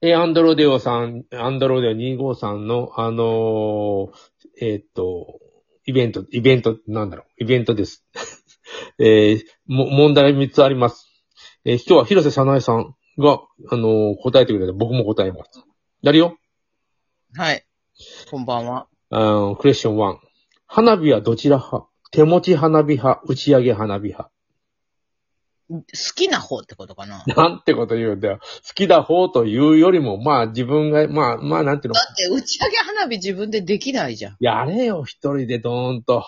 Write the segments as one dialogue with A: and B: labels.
A: えーアンドロデオさん、アンドロデオ25さんの、あのーえーっと、イベント、イベント、なんだろう、イベントです。 えーも、問題3つあります。えー今日は広瀬さなえさんが、あのー答えてくれて、僕も答えます。やるよ。
B: はい。こんばんは。
A: あークエスチョン1。花火はどちら派手持ち花火派、打ち上げ花火派。
B: 好きな方ってことかなだ
A: なんてこと言うんだよ。好きだ方というよりも、まあ自分が、まあ、まあなんていうの。
B: って打ち上げ花火自分でできないじゃん。
A: やれよ、一人でドーンと。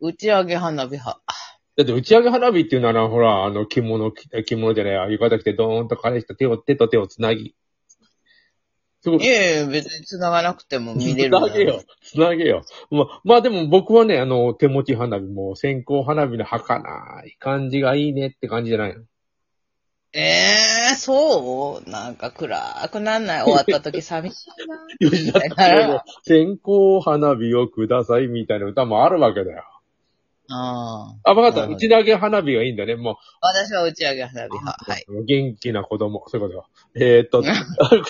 B: 打ち上げ花火派。
A: だって打ち上げ花火っていうなら、ほら、あの、着物着、着物じゃない、浴衣着てドーンと彼氏と手を、手と手をつなぎ。すご
B: いやいや、別に繋がなくても見れる。
A: つなげよ。、つなげよ。ま、まあでも僕はね、あの、手持ち花火も線香花火の儚い感じがいいねって感じじゃないの。
B: ええー、そうなんか暗くなんない。終わった時 寂しいな。
A: 吉田拓郎の線香花火をくださいみたいな歌もあるわけだよ。
B: ああ。
A: あ、わかっ
B: は
A: た。
B: い
A: 打ち上げ花火がいいんだね。も
B: 私は打ち上げ花火派。はい。
A: う、元気な子供。そういうことよ。えー、っと、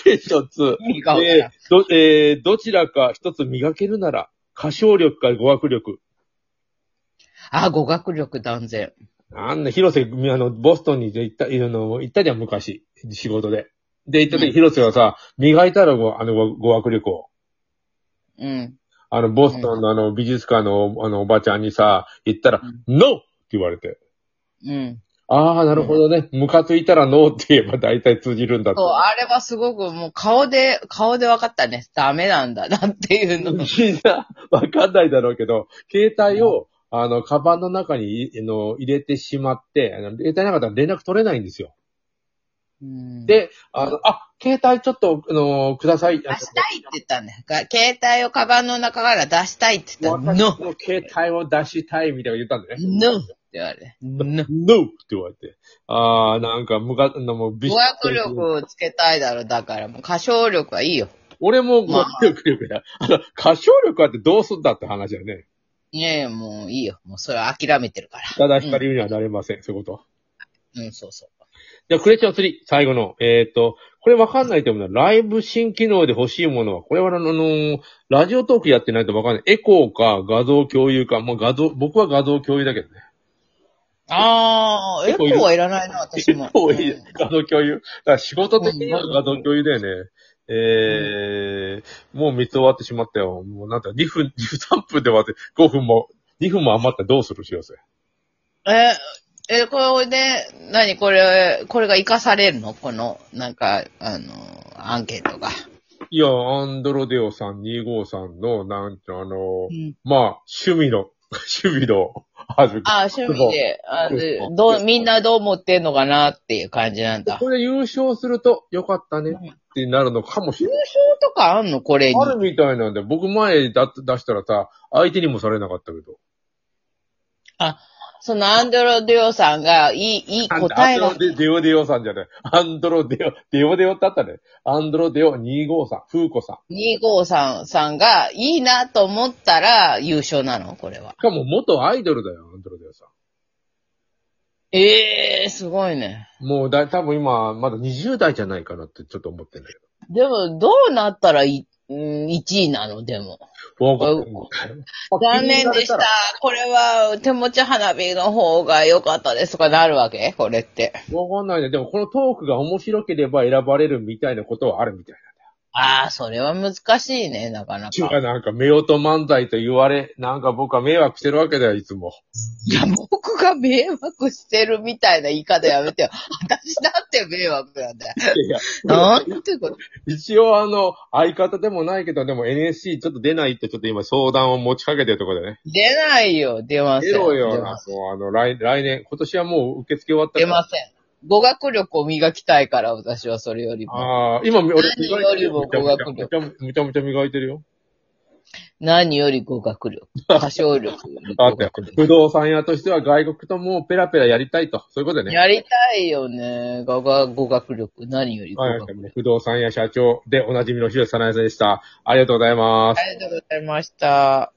A: クエスチョン2。
B: いい顔だ
A: えー
B: な
A: ど、えーどちらか一つ磨けるなら、歌唱力か語学力。
B: あ、語学力断然。
A: あんな、広瀬、あの、ボストンに行った、あの、行ったじゃん、昔。仕事で。で、行った
B: うん
A: 時、広瀬はさ、磨いたら、ごあの、ご語学力を。
B: うん。
A: あの、ボストンのあの、美術館の、あの、おばちゃんにさ、行ったら、
B: う
A: ノーって言われて。
B: うん。
A: ああ、なるほどね。ムカついたらノーって言えば大体通じるんだって
B: そう、。あれはすごくもう顔で、顔で分かったね。ダメなんだなっていうの。
A: みんな、わかんないだろうけど、携帯を、あの、カバンの中にいあの入れてしまって、あの携帯なかったら連絡取れないんですよ。
B: うん、
A: で、あの、あ、携帯ちょっと、あの、ください。
B: 出したいって言ったんだよ。が携帯をカバンの中から出したいって言ったら、
A: 私
B: NO!
A: の携帯を出したいみたいなこと言ったんだよね。
B: NO! って言われて。NO!
A: NO! って言われて。ああ、なんか、むか、あのもう、び
B: 語学力をつけたいだろ、だから。もう歌唱力はいいよ。
A: 俺も語学力だ。あの、歌唱力あってどうすんだって話だよね。
B: いやいや、もういいよ。もうそれは諦めてるから。
A: ただ光るにはなれません、そういうこと。
B: うん、そうそう。
A: じゃあ、クレチョン3、最後の。えっ、と、これわかんないと思うな。ライブ新機能で欲しいものは、これはあの、あのーラジオトークやってないとわかんない。エコーか画像共有か、もう画像、僕は画像共有だけどね。
B: あー、エコーはいらないな、私も。
A: エコーいい
B: うん
A: 画像共有。だから仕事的には
B: うん
A: 画像共有だよね。えー、もう3つ終わってしまったよ。もうなんか2分、3分で終わって、5分も、2分も余ったらどうするしよせ。
B: え、え、これで、何これ、これが活かされるのこの、なんか、あの、アンケートが。
A: いや、アンドロデオさん、25さんの、なんて、あのー
B: うん。
A: まあ、趣味の、 趣味の、ある
B: あー、趣味で、あ
A: そうそう
B: のどう、みんなどう思ってんのかなっていう感じなんだ。
A: これ優勝すると、よかったねってなるのかもしれない。
B: とかあんのこれに。
A: あるみたいなんで、僕前だ出したらさ、相手にもされなかったけど。
B: そのアンドロデオさんが、いい、いい答え
A: ア
B: が
A: ン。ドロデデオデオさんじゃない。アンドロデオ、デオデオってあったね。アンドロデオ25さん、フーコさん。
B: 253さんが、いいなと思ったら、優勝なのこれは
A: し。かも元アイドルだよ、アンドロデオさ
B: ええー、すごいね。
A: ん。もうだ、多分今、まだ20代じゃないかなってちょっと思ってんだけ
B: でも、どうなったらい、うん、1位なのでも。
A: ど。わかんない
B: うん
A: まあ
B: 残念でした。これは、手持ち花火の方が良かったですとかなるわけこれって。
A: わかんないね。でもこのトークが面白ければ選ばれるみたいなことはあるみたいな。
B: ああ、それは難しいね、なかな
A: ちゅう
B: か。
A: かなんか、目音漫才と言われ、なんか僕は迷惑してるわけだよ、いつも。
B: いや、僕が迷惑してるみたいな言い方やめてよ。私だって迷惑なんだよ。
A: いや
B: なんてこと。
A: 一応あの、相方でもないけど、でも NSC ちょっと出ないってちょっと今相談を持ちかけてるところでね。
B: 出ないよ、出ません。
A: 出ろよ、
B: 出
A: なん
B: ま
A: か
B: せん
A: あの、来、来年、今年はもう受付終わった
B: 出
A: から。
B: ません。語学力を磨きたいから、私はそれよりも。
A: ああ、今、俺、
B: 何よりも語学力
A: めちゃめちゃめちゃめちゃ磨いてるよ。
B: 何より語学 力。歌唱力。
A: あ
B: 語
A: ったよ
B: 学。力
A: 不動産屋としては外国ともうペラペラやりたいと。そういうことでね。
B: やりたいよね。語学語学力。何より語
A: はい
B: 学力。
A: 不動産屋社長でおなじみの広瀬さなえさんでした。ありがとうございます。
B: ありがとうございました。